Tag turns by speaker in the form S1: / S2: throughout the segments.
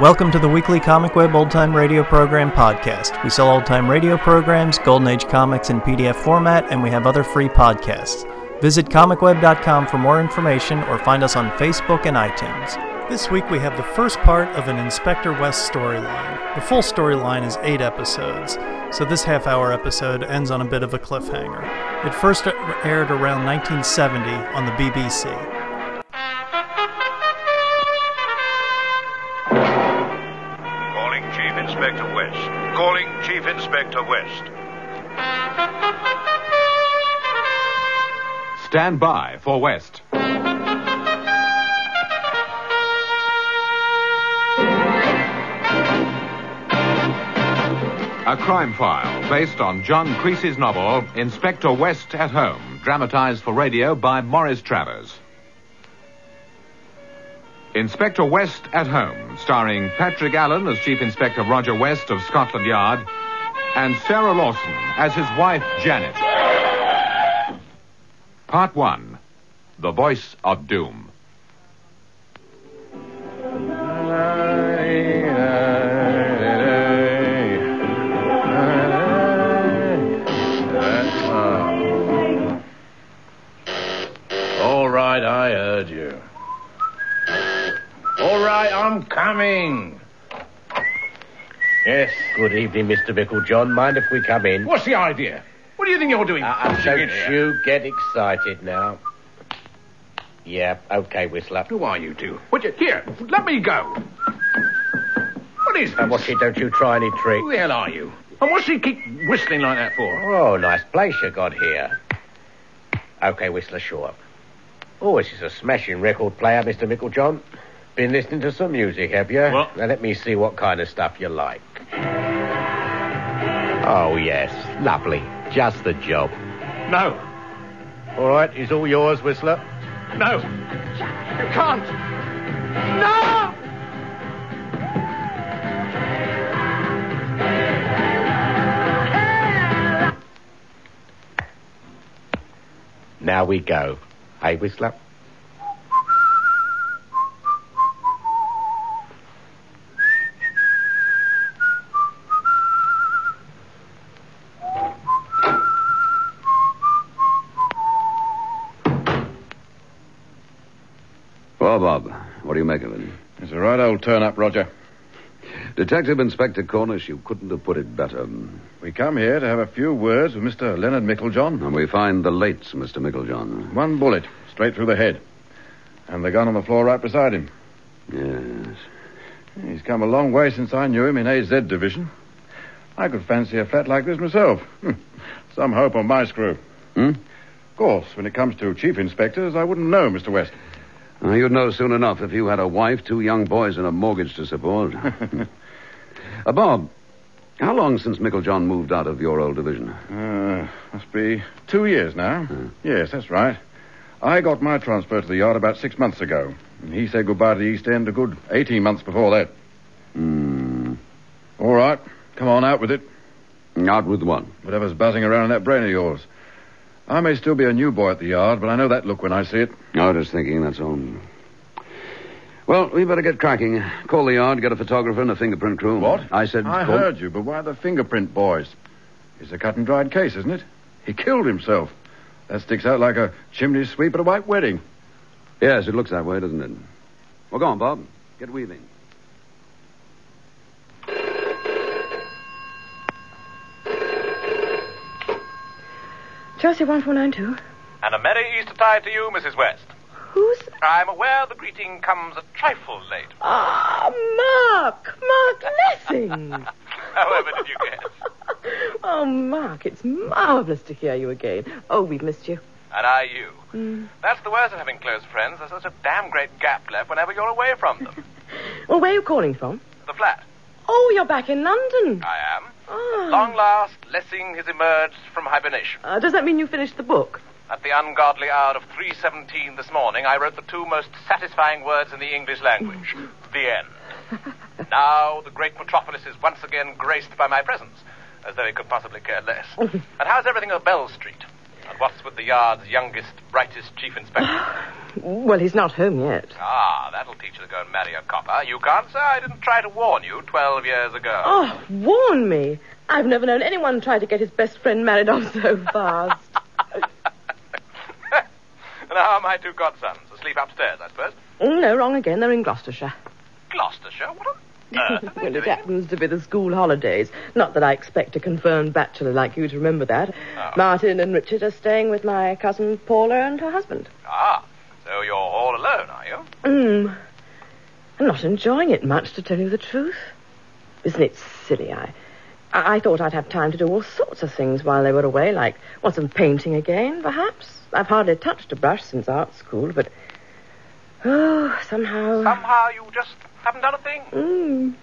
S1: Welcome to the weekly Comic Web Old Time Radio Program podcast. We sell old time radio programs, Golden Age comics in PDF format, and we have other free podcasts. Visit comicweb.com for more information or find us on Facebook and iTunes. This week we have the first part of an Inspector West storyline. The full storyline is eight episodes, so this half hour episode ends on a bit of a cliffhanger. It first aired around 1970 on the BBC.
S2: Calling Chief Inspector West. Calling Chief Inspector West.
S3: Stand by for West. A crime file based on John Creasy's novel, Inspector West at Home, dramatized for radio by Morris Travers. Inspector West at Home, starring Patrick Allen as Chief Inspector Roger West of Scotland Yard and Sarah Lawson as his wife, Janet. Part 1 The Voice of Doom.
S4: All right, I heard you. All right, I'm coming. Yes.
S5: Good evening, Mr. Micklejohn. Mind if we come in?
S4: What's the idea? What do you think you're doing?
S5: Uh,
S4: in
S5: don't
S4: here?
S5: you get excited now. Yeah, okay, Whistler.
S4: Who are you two? What you... Here, let me go. What is this?
S5: And Uh, what's it, don't you try any trick.
S4: Who the hell are you? And what's he keep whistling like that for?
S5: Oh, nice place you got here. Okay, Whistler, sure. Oh, this is a smashing record player, Mr. Micklejohn. Been listening to some music, have you?
S4: Well-
S5: Now let me see what kind of stuff you like. Oh, yes, lovely. Just the job.
S4: No,
S5: All right, is all yours, Whistler.
S4: no. You can't. No!
S5: Now we go. Hey, Whistler.
S6: Well, Bob, what do you make of it?
S4: It's a right old turn up, Roger.
S6: Detective Inspector Cornish, you couldn't have put it better. And
S4: We come here to have a few words with Mr. Leonard Micklejohn.
S6: we find the lates, Mr. Micklejohn.
S4: One bullet, straight through the head. And the gun on the floor right beside him.
S6: Yes.
S4: He's come a long way since I knew him in AZ Division. I could fancy a flat like this myself. Hmm. Some hope on my screw.
S6: Hmm?
S4: Of course, when it comes to chief inspectors, I wouldn't know, Mr. West.
S6: Uh, you'd know soon enough if you had a wife, two young boys, and a mortgage to support. Uh, Bob, how long since Micklejohn moved out of your old division?
S4: Uh, must be two years now. Yes, that's right. I got my transfer to the yard about six months ago. And he said goodbye to the East End a good 18 months before that.
S6: Hmm.
S4: All right, come on out with it.
S6: Out with what?
S4: Whatever's buzzing around in that brain of yours. I may still be a new boy at the yard, but I know that look when I see it.
S6: I was just thinking, that's all. Well, we better get cracking. Call the yard, get a photographer and a fingerprint crew. I said.
S4: I
S6: call-
S4: heard you, but why the fingerprint boys? It's a cut and dried case, isn't it? He killed himself. That sticks out like a chimney sweep at a white wedding.
S6: Yes, it looks that way, doesn't it? Well, go on, Bob. Get weaving.
S7: Chelsea 1492.
S8: And a merry Eastertide to you, Mrs. West.
S7: Who's.
S8: I'm aware the greeting comes a trifle late.
S7: Ah, Mark! Mark Lessing!
S8: However, did you guess?
S7: oh, Mark, it's marvellous to hear you again. Oh, we've missed you.
S8: And I you. That's the worst of having close friends. There's such a damn great gap left whenever you're away from them.
S7: Well, where are you calling from?
S8: the flat.
S7: Oh, you're back in London.
S8: I am.
S7: Ah.
S8: Long last, Lessing has emerged from hibernation.
S7: Uh, does that mean you finished the book?
S8: At the ungodly hour of 3.17 this morning, I wrote the two most satisfying words in the English language. the end. now the great metropolis is once again graced by my presence, as though it could possibly care less. and how's everything at Bell Street? And what's with the yard's youngest, brightest chief inspector?
S7: Well, he's not home yet.
S8: ah, that'll teach you to go and marry a copper. You can't, sir. I didn't try to warn you 12 years ago.
S7: Oh, warn me. I've never known anyone try to get his best friend married off so fast.
S8: now, my two godsons asleep upstairs, I suppose.
S7: Mm, no, wrong again. They're in Gloucestershire.
S8: Gloucestershire? What on earth are they
S7: Well, it
S8: doing?
S7: happens to be the school holidays. Not that I expect a confirmed bachelor like you to remember that. Martin and Richard are staying with my cousin Paula and her husband.
S8: Ah, so you're all alone, are you?
S7: Mm. I'm not enjoying it much, to tell you the truth. Isn't it silly? I, I I thought I'd have time to do all sorts of things while they were away, like want some painting again, perhaps. I've hardly touched a brush since art school, but oh, somehow.
S9: Ah.
S8: Somehow you just haven't done a thing.
S7: Mm.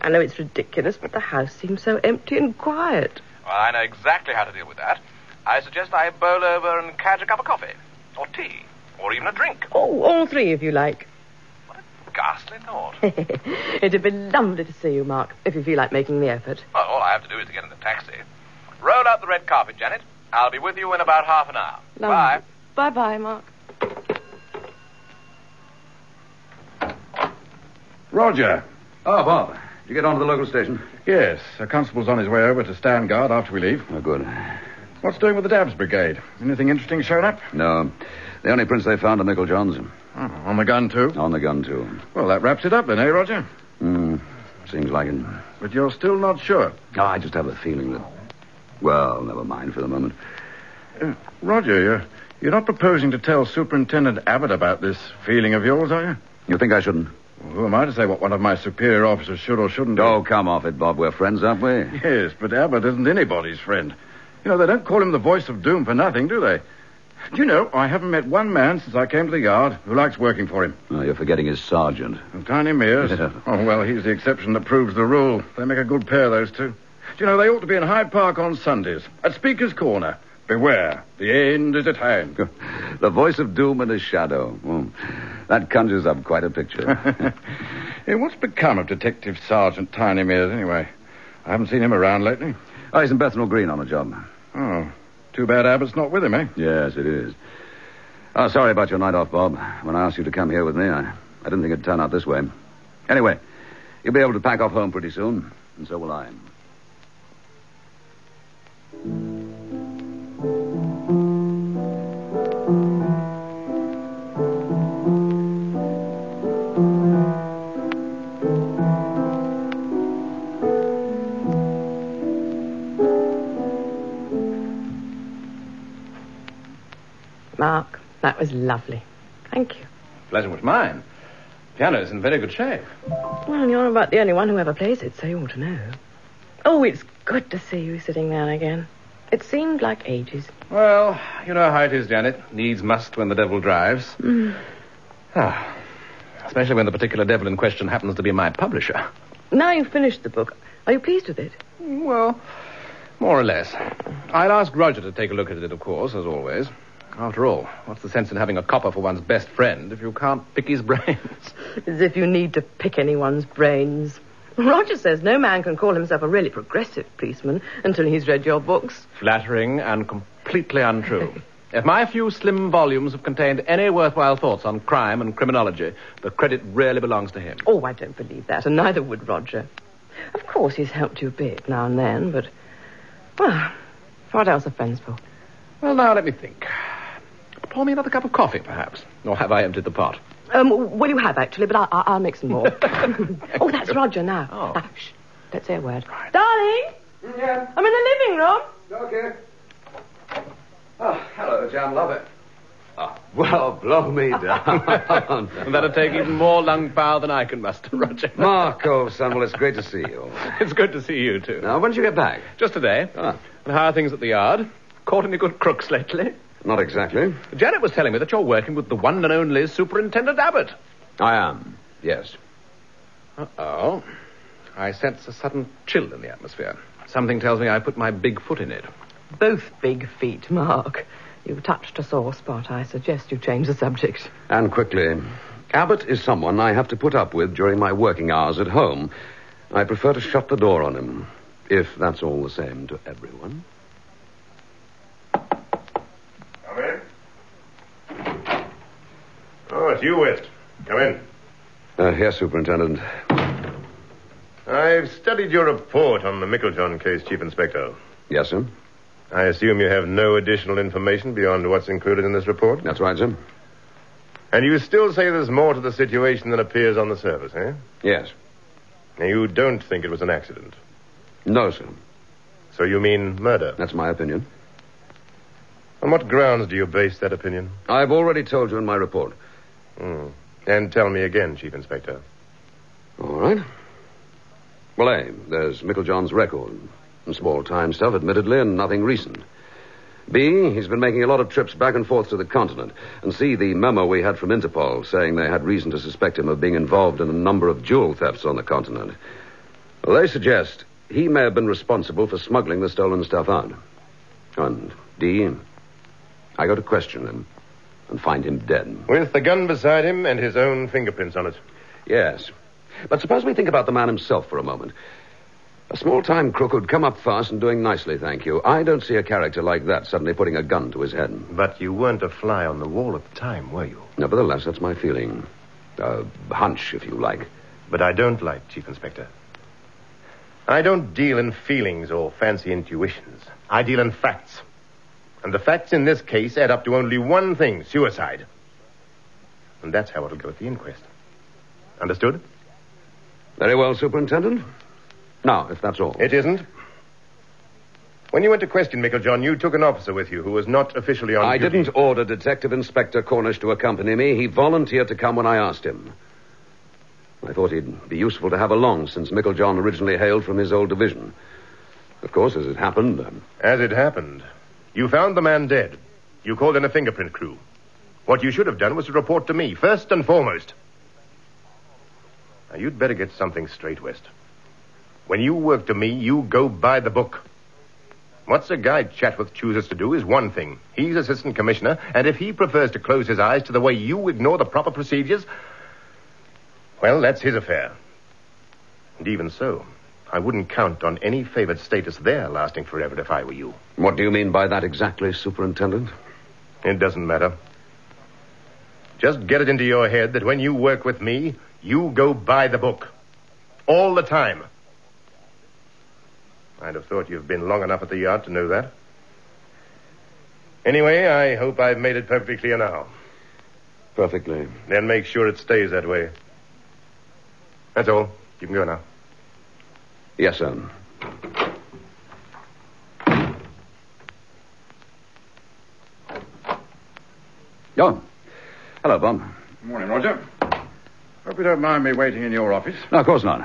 S7: I know it's ridiculous, but the house seems so empty and quiet.
S8: Well, I know exactly how to deal with that. I suggest I bowl over and catch a cup of coffee, or tea, or even a drink.
S7: Oh, all three if you like.
S8: What a ghastly thought.
S7: It'd be lovely to see you, Mark, if you feel like making the effort.
S8: well, Oh, all I have to do is to get in the taxi. Roll out the red carpet, Janet. I'll be with you in about half an hour. Bye.
S7: Bye bye, Mark.
S6: Roger.
S9: Oh, Bob, did you get on to the local station?
S6: Yes, a constable's on his way over to stand guard after we leave.
S9: Oh, good.
S6: What's doing with the Dabs Brigade? Anything interesting showing up?
S9: No. The only prints they found are Mickle John's.
S6: Oh, on the gun, too.
S9: On the gun, too.
S6: Well, that wraps it up then, eh, Roger?
S9: Hmm. Seems like it.
S6: But you're still not sure.
S9: Oh, I just have a feeling that. Well, never mind for the moment.
S6: Uh, Roger, you're, you're not proposing to tell Superintendent Abbott about this feeling of yours, are you?
S9: You think I shouldn't?
S6: Who am I to say what one of my superior officers should or shouldn't do?
S9: Oh, come off it, Bob. We're friends, aren't we?
S6: Yes, but Abbott isn't anybody's friend. You know, they don't call him the voice of doom for nothing, do they? Do you know, I haven't met one man since I came to the yard who likes working for him.
S9: Oh, you're forgetting his sergeant.
S6: Tiny Mears.
S9: Yeah.
S6: Oh, well, he's the exception that proves the rule. They make a good pair, those two. Do you know, they ought to be in Hyde Park on Sundays, at Speaker's Corner. Beware, the end is at hand.
S9: The voice of doom and his shadow. Hmm. That conjures up quite a picture.
S6: Hey, what's become of Detective Sergeant Tiny Mears, anyway? I haven't seen him around lately.
S9: oh, he's in Bethnal Green on a job.
S6: Oh, too bad Abbott's not with him, eh?
S9: Yes, it is. Oh, sorry about your night off, Bob. When I asked you to come here with me, I, I didn't think it'd turn out this way. Anyway, you'll be able to pack off home pretty soon, and so will I.
S7: Mark, that was lovely. Thank you.
S6: Pleasure was mine. Piano's in very good shape.
S7: Well, you're about the only one who ever plays it, so you ought to know. Oh, it's good to see you sitting down again. It seemed like ages.
S6: Well, you know how it is, Janet. Needs must when the devil drives. Ah, especially when the particular devil in question happens to be my publisher.
S7: Now you've finished the book. Are you pleased with it?
S6: Well, more or less. I'd ask Roger to take a look at it, of course, as always. After all, what's the sense in having a copper for one's best friend if you can't pick his brains?
S7: As if you need to pick anyone's brains. Roger says no man can call himself a really progressive policeman until he's read your books.
S8: Flattering and completely untrue. If my few slim volumes have contained any worthwhile thoughts on crime and criminology, the credit really belongs to him.
S7: Oh, I don't believe that, and neither would Roger. Of course, he's helped you a bit now and then, but. Well, what else are friends for?
S8: Well, now let me think. Pour me another cup of coffee, perhaps. Or have I emptied the pot?
S7: Um, well, you have actually, but I, I, I'll make some more. oh, that's Roger now. Now, shh, don't say a word. Darling, I'm in the living room.
S9: Okay. Oh, hello, John Lovett. Oh, well, blow me down.
S8: And that'll take even more lung power than I can muster, Roger.
S9: Marco, son, well, it's great to see you.
S8: It's good to see you, too.
S9: Now, when did you get back?
S8: Just today.
S9: Ah.
S8: And how are things at the yard? Caught any good crooks lately?
S9: Not exactly.
S8: Janet was telling me that you're working with the one and only Superintendent Abbott.
S9: I am, yes.
S8: Uh-oh. I sense a sudden chill in the atmosphere. Something tells me I put my big foot in it.
S7: Both big feet, Mark. You've touched a sore spot. I suggest you change the subject.
S9: And quickly. Abbott is someone I have to put up with during my working hours at home. I prefer to shut the door on him, if that's all the same to everyone.
S10: Come in. Oh, it's you, West. Come in.
S6: Uh, yes, Superintendent.
S9: I've studied your report on the Micklejohn case, Chief Inspector.
S6: Yes, sir?
S9: I assume you have no additional information beyond what's included in this report?
S6: That's right, sir?
S9: And you still say there's more to the situation than appears on the surface, eh?
S6: Yes.
S9: Now, you don't think it was an accident.
S6: No, sir.
S9: So you mean murder.
S6: That's my opinion.
S9: On what grounds do you base that opinion?
S6: I've already told you in my report.
S9: Hmm. And tell me again, Chief Inspector.
S6: All right. Well, A, there's Micklejohn's record. Some small time stuff, admittedly, and nothing recent. B, he's been making a lot of trips back and forth to the continent. And C, the memo we had from Interpol saying they had reason to suspect him of being involved in a number of jewel thefts on the continent. Well, they suggest he may have been responsible for smuggling the stolen stuff out. And D, I go to question him and find him dead.
S9: With the gun beside him and his own fingerprints on it.
S6: Yes. But suppose we think about the man himself for a moment. A small time crook who'd come up fast and doing nicely, thank you. I don't see a character like that suddenly putting a gun to his head.
S9: But you weren't a fly on the wall at the time, were you?
S6: Nevertheless, that's my feeling. A hunch, if you like.
S9: But I don't like, Chief Inspector. I don't deal in feelings or fancy intuitions. I deal in facts. And the facts in this case add up to only one thing suicide. And that's how it'll go at the inquest. Understood?
S6: Very well, Superintendent. Now, if that's all.
S9: It isn't. When you went to question Micklejohn, you took an officer with you who was not officially on
S6: I
S9: duty.
S6: didn't order Detective Inspector Cornish to accompany me. He volunteered to come when I asked him. I thought he'd be useful to have along since Micklejohn originally hailed from his old division. Of course, as it happened, um,
S9: As it happened, you found the man dead. You called in a fingerprint crew. What you should have done was to report to me, first and foremost. Now, you'd better get something straight, West. When you work to me, you go by the book. What's a guy Chatworth chooses to do is one thing. He's assistant commissioner, and if he prefers to close his eyes to the way you ignore the proper procedures, well, that's his affair. And even so, I wouldn't count on any favored status there lasting forever if I were you.
S6: what do you mean by that exactly, Superintendent?
S9: It doesn't matter. Just get it into your head that when you work with me, you go by the book. All the time. I'd have thought you've been long enough at the yard to know that. Anyway, I hope I've made it perfectly clear now.
S6: Perfectly.
S9: Then make sure it stays that way. That's all. You can go now.
S6: Yes, sir. Oh. Hello, Bob.
S11: Morning, Roger. Hope you don't mind me waiting in your office.
S6: No, of course not.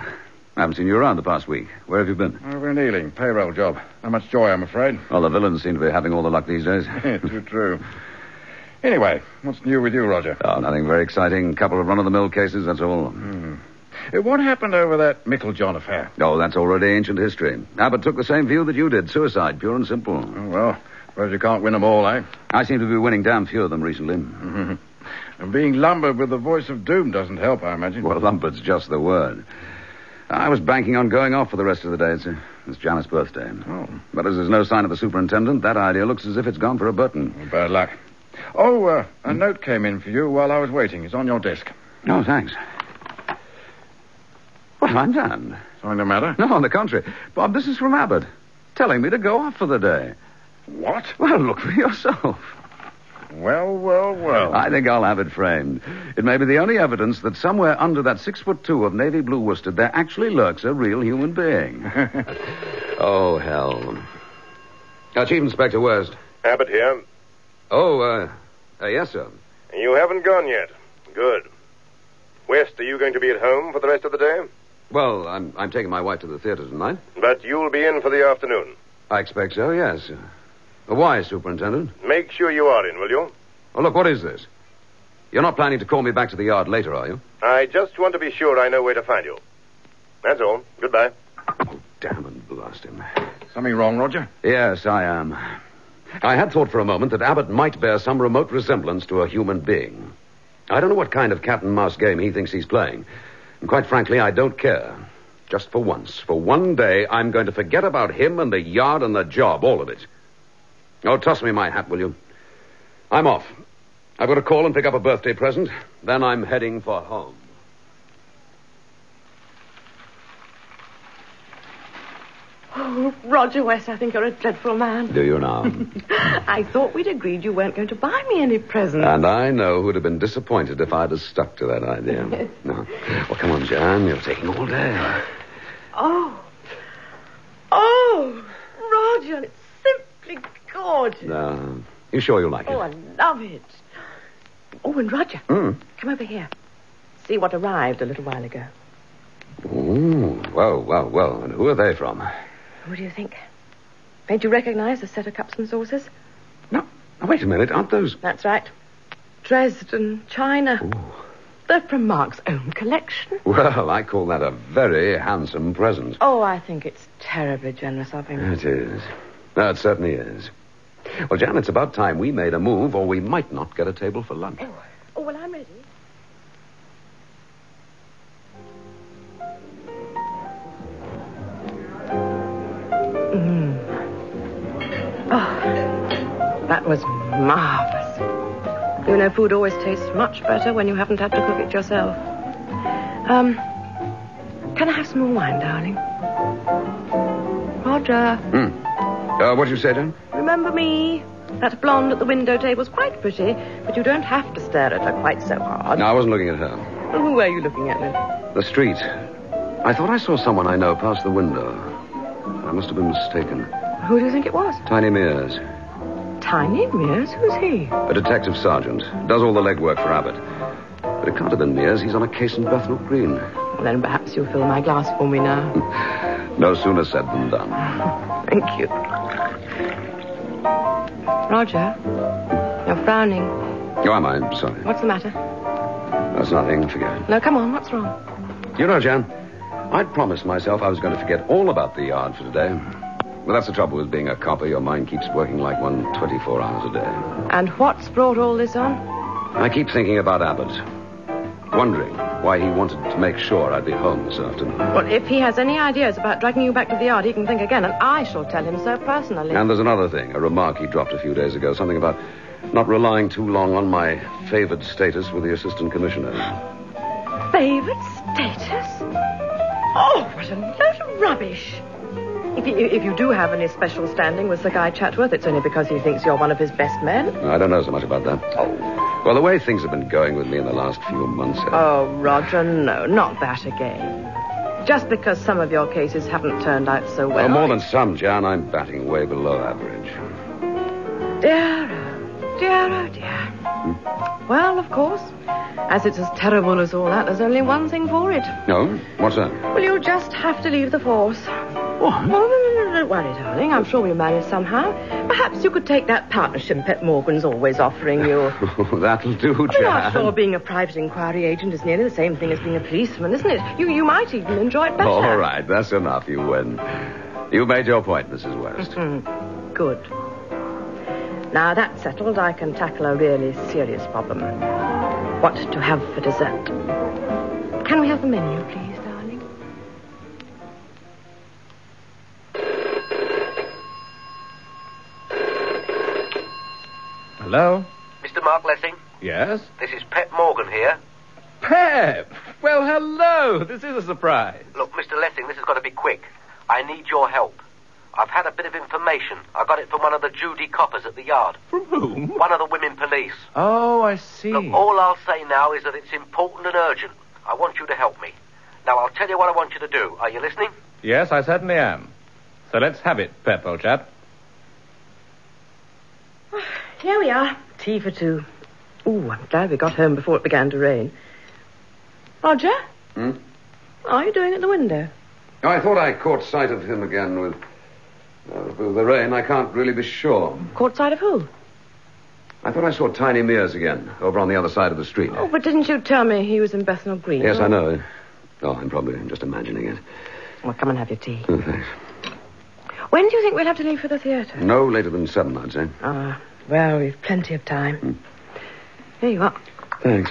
S6: I haven't seen you around the past week. Where have you been?
S11: I've been dealing. Oh, Payroll job. Not much joy, I'm afraid.
S6: Well, the villains seem to be having all the luck these days.
S11: Too true. Anyway, what's new with you, Roger?
S6: oh, nothing very exciting. couple of run-of-the-mill cases, that's all.
S11: Uh, What happened over that Micklejohn affair?
S6: Oh, that's already ancient history. Abbott took the same view that you did. Suicide, pure and simple.
S11: Oh, well, suppose you can't win 'em all, eh?
S6: I seem to be winning damn few of them recently.
S11: And being lumbered with the voice of doom doesn't help, I imagine.
S6: Well, Lumbert's just the word. I was banking on going off for the rest of the day. It's, uh, it's Janet's birthday.
S11: Oh.
S6: But as there's no sign of the superintendent, that idea looks as if it's gone for a Burton.
S11: Bad luck. Oh, uh, a note came in for you while I was waiting. It's on your desk.
S6: No, thanks. Well, I'm done.
S11: Something the matter?
S6: No, on the contrary. Bob, this is from Abbott, telling me to go off for the day.
S11: What?
S6: Well, look for yourself.
S11: Well, well, well.
S6: I think I'll have it framed. It may be the only evidence that somewhere under that six foot two of navy blue worsted there actually lurks a real human being. oh, hell. Uh, Chief Inspector West.
S2: Abbott here.
S6: Oh, uh, uh, yes, sir.
S2: You haven't gone yet. Good. West, are you going to be at home for the rest of the day?
S6: Well, I'm, I'm taking my wife to the theater tonight.
S2: But you'll be in for the afternoon.
S6: I expect so, yes. Uh, Why, Superintendent?
S2: Make sure you are in, will you?
S6: Oh, look, what is this? You're not planning to call me back to the yard later, are you?
S2: I just want to be sure I know where to find you. That's all. Goodbye.
S6: Oh, damn and blast him.
S11: Something wrong, Roger?
S6: Yes, I am. I had thought for a moment that Abbott might bear some remote resemblance to a human being. I don't know what kind of cat and mouse game he thinks he's playing. And quite frankly, I don't care. Just for once, for one day, I'm going to forget about him and the yard and the job, all of it. Oh, toss me my hat, will you? I'm off. I've got to call and pick up a birthday present. Then I'm heading for home.
S7: Oh, Roger West, I think you're a dreadful man.
S6: Do you now?
S7: I thought we'd agreed you weren't going to buy me any presents.
S6: and I know who'd have been disappointed if I'd have stuck to that idea. no. Well, come on, Jan. You're taking all day.
S7: Oh. Oh, Roger, it's simply gorgeous.
S6: No. Uh, You sure you like it?
S7: Oh, I love it. Oh, and Roger,
S6: Hmm.
S7: come over here. See what arrived a little while ago.
S6: Ooh. Well, well, well. And who are they from?
S7: Who do you think? Don't you recognize the set of cups and saucers?
S6: Oh, wait a minute. Aren't those.
S7: That's right. Dresden, China. They're from Mark's own collection.
S6: Well, I call that a very handsome present.
S7: Oh, I think it's terribly generous of him.
S6: It is. No, it certainly is. Well, Jan, it's about time we made a move, or we might not get a table for lunch.
S7: Oh, well, I'm ready. Mm. Oh, that was marvelous. You know, food always tastes much better when you haven't had to cook it yourself. Um, can I have some more wine, darling? Roger,
S6: Uh, what did you say, Jan?
S7: remember me? That blonde at the window table's quite pretty, but you don't have to stare at her quite so hard.
S6: No, I wasn't looking at her.
S7: Who were you looking at, then?
S6: The street. I thought I saw someone I know pass the window. I must have been mistaken.
S7: Who do you think it was?
S6: Tiny Mears,
S7: Tiny Mears? Who's he?
S6: a detective sergeant, does all the legwork for Abbott. But it can't have been Mears. He's on a case in Bethnal Green.
S7: Well, then perhaps you'll fill my glass for me now.
S6: No sooner said than done.
S7: Thank you. Roger, you're frowning.
S6: Oh, am I? Sorry.
S7: What's the matter?
S6: That's nothing. Forget it.
S7: No, come on, what's wrong?
S6: You know, Jan, I'd promised myself I was going to forget all about the yard for today. Well, that's the trouble with being a copper. Your mind keeps working like one 24 hours a day.
S7: And what's brought all this on?
S6: I keep thinking about Abbott, wondering why he wanted to make sure I'd be home this afternoon.
S7: Well, if he has any ideas about dragging you back to the yard, he can think again, and I shall tell him so personally.
S6: And there's another thing, a remark he dropped a few days ago, something about not relying too long on my favored status with the assistant commissioner.
S7: Favored status? Oh, what a load of rubbish. If you, if you do have any special standing with Sir Guy Chatworth, it's only because he thinks you're one of his best men.
S6: I don't know so much about that. Oh. Well, the way things have been going with me in the last few months. uh,
S7: Oh, Roger, no, not that again. Just because some of your cases haven't turned out so well.
S6: well, more than some, Jan, I'm batting way below average.
S7: Dear, oh, dear, oh, dear. Well, of course, as it's as terrible as all that, there's only one thing for it.
S6: No? What's that?
S7: Well, you'll just have to leave the force. What? Oh, no, no, no, don't worry, darling. I'm sure we'll manage somehow. Perhaps you could take that partnership Pet Morgan's always offering you.
S6: Oh, that'll do,
S7: I mean, after all,
S6: Jan.
S7: being a private inquiry agent is nearly the same thing as being a policeman, isn't it? You, you might even enjoy it better.
S6: All right, that's enough. You win. You made your point, Mrs. West.
S4: Mm-hmm.
S7: Good. Now that's settled, I can tackle a really serious problem. What to have for dessert? Can we have the menu, please, darling?
S4: Hello?
S5: Mr. Mark Lessing,
S4: Yes?
S5: this is Pet Morgan here.
S4: Pep! Well, hello! This is a surprise.
S5: Look, Mr. Lessing, this has got to be quick. I need your help. I've had a bit of information. I got it from one of the Judy coppers at the yard.
S4: From whom?
S5: One of the women police.
S6: Hmm.
S4: Oh, I see.
S5: Look, all I'll say now is that it's important and urgent. I want you to help me. Now, I'll tell you what I want you to do. Are you listening?
S4: Yes, I certainly am. So let's have it, Pep, old chap.
S7: Here we are. Tea for two. Ooh, I'm glad we got home before it began to rain. Roger?
S6: Hmm?
S7: What are you doing at the window?
S6: I thought I caught sight of him again with, uh, with the rain. I can't really be sure.
S7: Caught sight of who?
S6: I thought I saw Tiny Mears again over on the other side of the street.
S7: Oh, but didn't you tell me he was in Bethnal Green?
S6: yes, I know. Oh, I'm probably just imagining it.
S7: Well, come and have your tea.
S6: Oh, thanks.
S7: When do you think we'll have to leave for the theatre?
S6: No later than seven, I'd say. Hmm.
S7: Ah, well, we've plenty of time. Here you are.
S6: Thanks.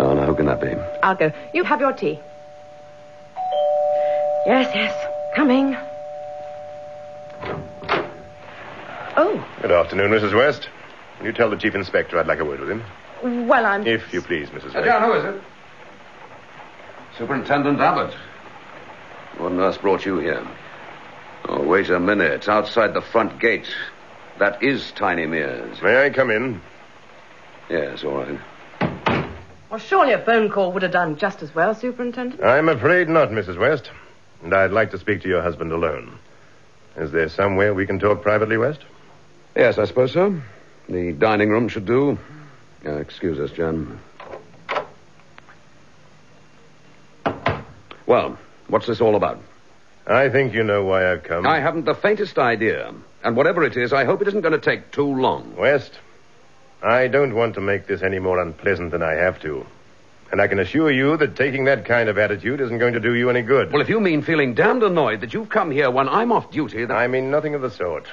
S6: Oh, now, who can that be?
S7: I'll go. You have your tea. Yes, yes. Coming. Oh,
S9: Good afternoon, Mrs. West. Can you tell the chief inspector I'd like a word with him?
S7: well, I'm.
S9: If you please, Mrs. West.
S6: who is it? Superintendent Abbott. What on earth brought you here? Oh, wait a minute. Outside the front gate. That is Tiny Mears.
S9: May I come in?
S6: Yes, all right.
S7: Well, surely a phone call would have done just as well, Superintendent.
S9: I'm afraid not, Mrs. West. And I'd like to speak to your husband alone. Is there somewhere we can talk privately, West?
S6: Yes, I suppose so. The dining room should do. Uh, excuse us, Jan. Well, what's this all about?
S9: I think you know why I've come.
S6: I haven't the faintest idea. And whatever it is, I hope it isn't going to take too long.
S9: West, I don't want to make this any more unpleasant than I have to. And I can assure you that taking that kind of attitude isn't going to do you any good.
S6: Well, if you mean feeling damned annoyed that you've come here when I'm off duty, then
S9: I mean nothing of the sort.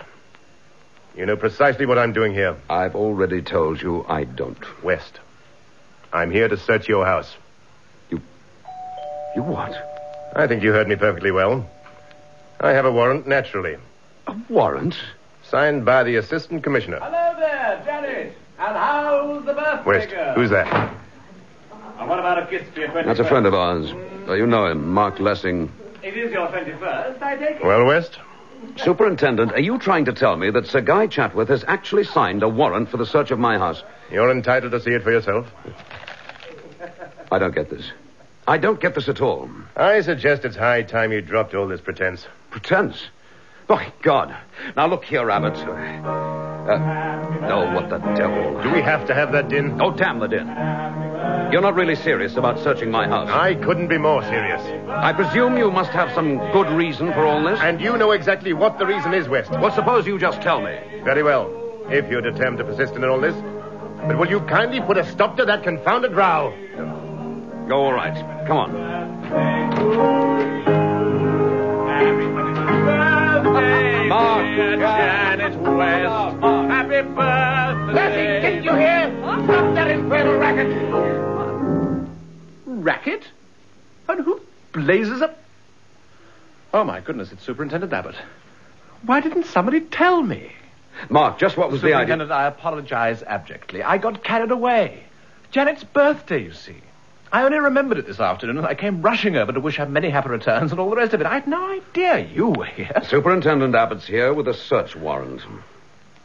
S9: You know precisely what I'm doing here,
S6: I've already told you I don't.
S9: West. I'm here to search your house.
S6: You what?
S9: I think you heard me perfectly well. I have a warrant, naturally,
S6: A warrant?
S9: signed by the Assistant Commissioner.
S8: Hello there, Janet. And how's the birthday
S9: West, who's that?
S8: And what about a kiss for your 21st?
S6: That's a friend of ours. Uh, you know him, Mark Lessing.
S8: It is your 21st, I take it.
S9: Well, West,
S6: Superintendent, are you trying to tell me that Sir Guy Chatworth has actually signed a warrant for the search of my house?
S9: you're entitled to see it for yourself.
S6: I don't get this. I don't get this at all.
S9: I suggest it's high time you dropped all this pretense.
S6: Pretense. By God. Now, look here, Abbott. Uh, oh, what the devil.
S9: Do we have to have that din?
S6: Oh, damn the din. You're not really serious about searching my house.
S9: I couldn't be more serious.
S6: I presume you must have some good reason for all this.
S9: And you know exactly what the reason is, West.
S6: Well, suppose you just tell me.
S9: Very well, if you're determined to persist in all this. But will you kindly put a stop to that confounded row?
S6: Go, all right. Come on.
S8: Mark,
S5: dear
S8: Janet West. Happy birthday.
S5: you hear? Stop that infernal racket.
S4: Racket? And who blazes up? Oh, my goodness, it's Superintendent Abbott. Why didn't somebody tell me?
S6: Mark, just what was the idea?
S4: Superintendent, I apologize abjectly. I got carried away. Janet's birthday, you see. I only remembered it this afternoon, and I came rushing over to wish her many happy returns and all the rest of it. I had no idea you were here.
S6: Superintendent Abbott's here with a search warrant.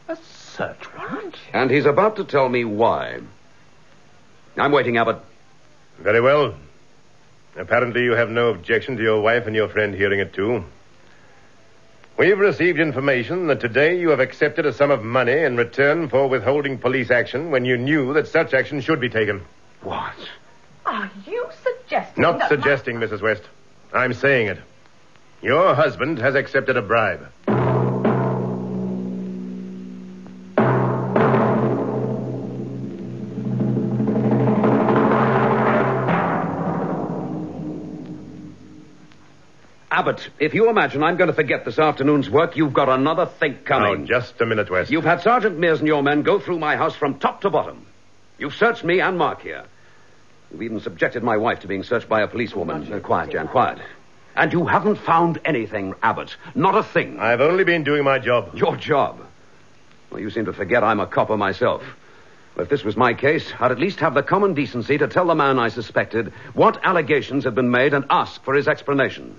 S4: A search warrant?
S6: And he's about to tell me why. I'm waiting, Abbott.
S9: Very well. Apparently, you have no objection to your wife and your friend hearing it too. We've received information that today you have accepted a sum of money in return for withholding police action when you knew that such action should be taken.
S6: What?
S7: Are you suggesting?
S9: Not
S7: that my-
S9: suggesting, Mrs. West. I'm saying it. Your husband has accepted a bribe.
S6: Abbott, if you imagine I'm going to forget this afternoon's work, you've got another think coming.
S9: Now, just a minute, West.
S6: You've had Sergeant Mears and your men go through my house from top to bottom. You've searched me and Mark here. You've even subjected my wife to being searched by a policewoman. Uh, quiet, Jan, quiet. And you haven't found anything, Abbott. Not a thing.
S9: I've only been doing my job.
S6: Your job. Well, you seem to forget I'm a copper myself. Well, if this was my case, I'd at least have the common decency to tell the man I suspected what allegations had been made and ask for his explanation.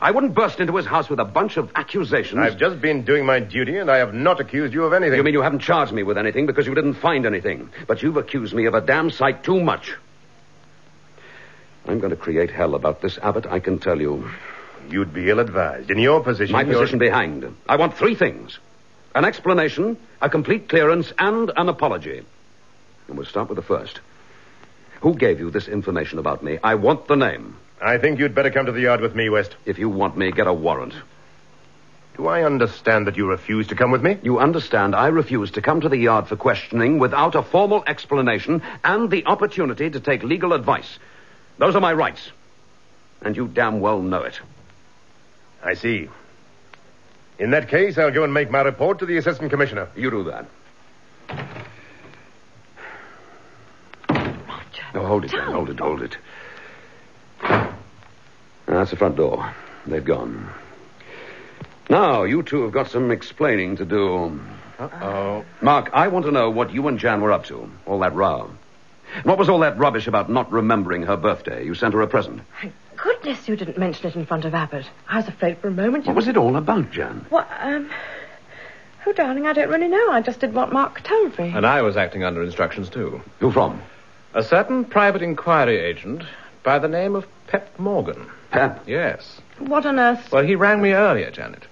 S6: I wouldn't burst into his house with a bunch of accusations.
S9: I've just been doing my duty, and I have not accused you of anything.
S6: You mean you haven't charged me with anything because you didn't find anything? But you've accused me of a damn sight too much. I'm going to create hell about this, Abbott, I can tell you.
S9: You'd be ill advised. In your position.
S6: My
S9: you're-
S6: position be hanged. I want three things an explanation, a complete clearance, and an apology. And we'll start with the first. Who gave you this information about me? I want the name.
S9: I think you'd better come to the yard with me, West.
S6: If you want me, get a warrant.
S9: Do I understand that you refuse to come with me?
S6: You understand, I refuse to come to the yard for questioning without a formal explanation and the opportunity to take legal advice. Those are my rights. And you damn well know it.
S9: I see. In that case, I'll go and make my report to the Assistant Commissioner.
S6: You do that.
S7: Oh, Janet,
S6: No, hold it, Jan, hold it, hold it. That's the front door. They've gone. Now, you two have got some explaining to do. Uh-oh. Mark, I want to know what you and Jan were up to. All that row. And What was all that rubbish about not remembering her birthday? You sent her a present.
S7: Thank goodness you didn't mention it in front of Abbott. I was afraid for a moment you...
S6: What was it all about, Jan?
S7: What, um... Oh, darling, I don't really know. I just did what Mark told me.
S9: And I was acting under instructions, too.
S6: Who from?
S9: A certain private inquiry agent by the name of Pep Morgan.
S6: Pep?
S9: Yes.
S7: What on earth?
S9: Well, he rang me earlier, Janet.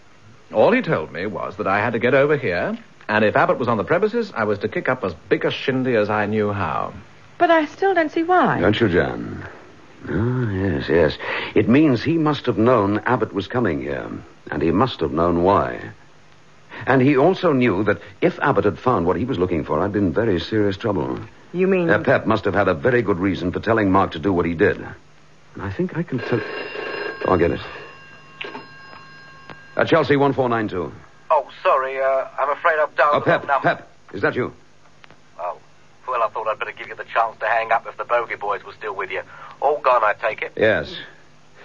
S9: All he told me was that I had to get over here, and if Abbott was on the premises, I was to kick up as big a shindy as I knew how.
S7: But I still don't see why.
S6: Don't you, Jan? Ah, yes, yes. It means he must have known Abbott was coming here, and he must have known why. And he also knew that if Abbott had found what he was looking for, I'd been in very serious trouble.
S7: You mean...
S6: Uh, Pep must have had a very good reason for telling Mark to do what he did. And I think I can tell. I'll get it. Uh, Chelsea 1492.
S8: Oh, sorry. Uh, I'm afraid I've dialed
S6: Oh, Pep,
S8: the wrong number.
S6: Pep, is that you?
S8: Oh, well, I thought I'd better give you the chance to hang up if the bogey boys were still with you. All gone, I take it.
S6: Yes.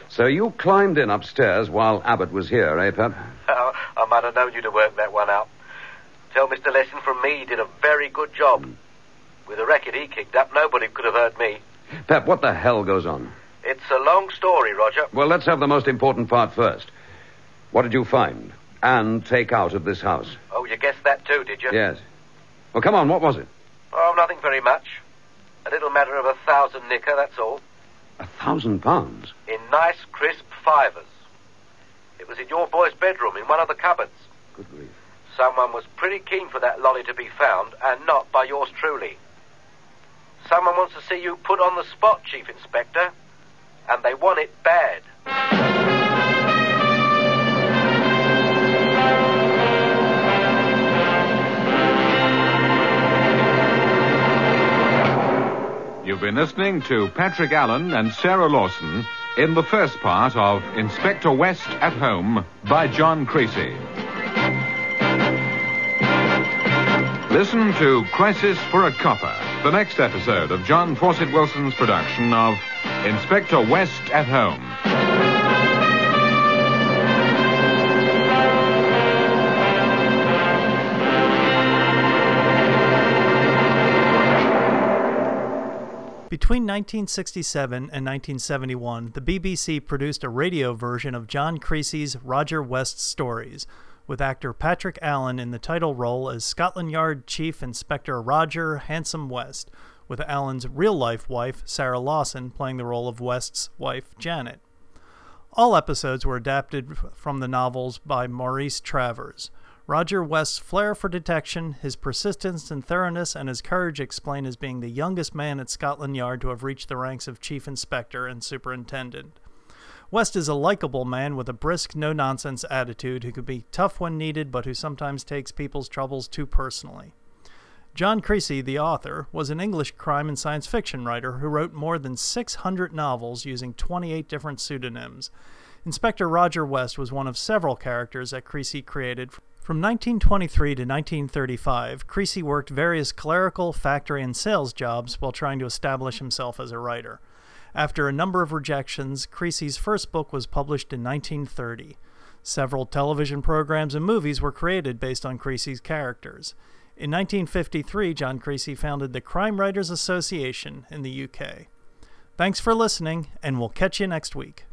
S6: So you climbed in upstairs while Abbott was here, eh, Pep?
S8: Oh, I might have known you to work that one out. Tell Mr. Lesson from me he did a very good job. With the record he kicked up, nobody could have heard me.
S6: Pep, what the hell goes on?
S8: It's a long story, Roger.
S6: Well, let's have the most important part first. What did you find and take out of this house?
S8: Oh, you guessed that too, did you?
S6: Yes. Well, come on, what was it?
S8: Oh, nothing very much. A little matter of a thousand nicker, that's all.
S6: A thousand pounds.
S8: In nice, crisp fivers. It was in your boy's bedroom, in one of the cupboards.
S6: Good grief.
S8: Someone was pretty keen for that lolly to be found, and not by yours truly. Someone wants to see you put on the spot, Chief Inspector, and they want it bad.
S12: You've been listening to Patrick Allen and Sarah Lawson in the first part of Inspector West at Home by John Creasy. Listen to Crisis for a Copper, the next episode of John Fawcett Wilson's production of Inspector West at Home.
S1: Between 1967 and 1971, the BBC produced a radio version of John Creasy's Roger West stories, with actor Patrick Allen in the title role as Scotland Yard Chief Inspector Roger Handsome West, with Allen's real life wife, Sarah Lawson, playing the role of West's wife, Janet. All episodes were adapted f- from the novels by Maurice Travers. Roger West's flair for detection, his persistence and thoroughness, and his courage explain as being the youngest man at Scotland Yard to have reached the ranks of chief inspector and superintendent. West is a likable man with a brisk, no nonsense attitude who can be tough when needed, but who sometimes takes people's troubles too personally. John Creasy, the author, was an English crime and science fiction writer who wrote more than 600 novels using 28 different pseudonyms. Inspector Roger West was one of several characters that Creasy created. From 1923 to 1935, Creasy worked various clerical, factory, and sales jobs while trying to establish himself as a writer. After a number of rejections, Creasy's first book was published in 1930. Several television programs and movies were created based on Creasy's characters. In 1953, John Creasy founded the Crime Writers Association in the UK. Thanks for listening, and we'll catch you next week.